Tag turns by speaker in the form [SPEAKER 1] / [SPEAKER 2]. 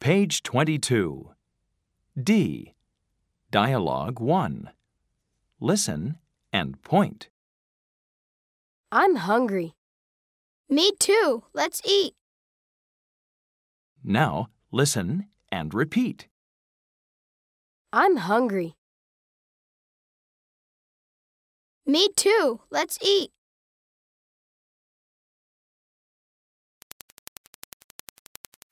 [SPEAKER 1] Page 22. D. Dialogue 1. Listen and point.
[SPEAKER 2] I'm hungry.
[SPEAKER 3] Me too. Let's eat.
[SPEAKER 1] Now listen and repeat.
[SPEAKER 2] I'm hungry.
[SPEAKER 3] Me too. Let's eat.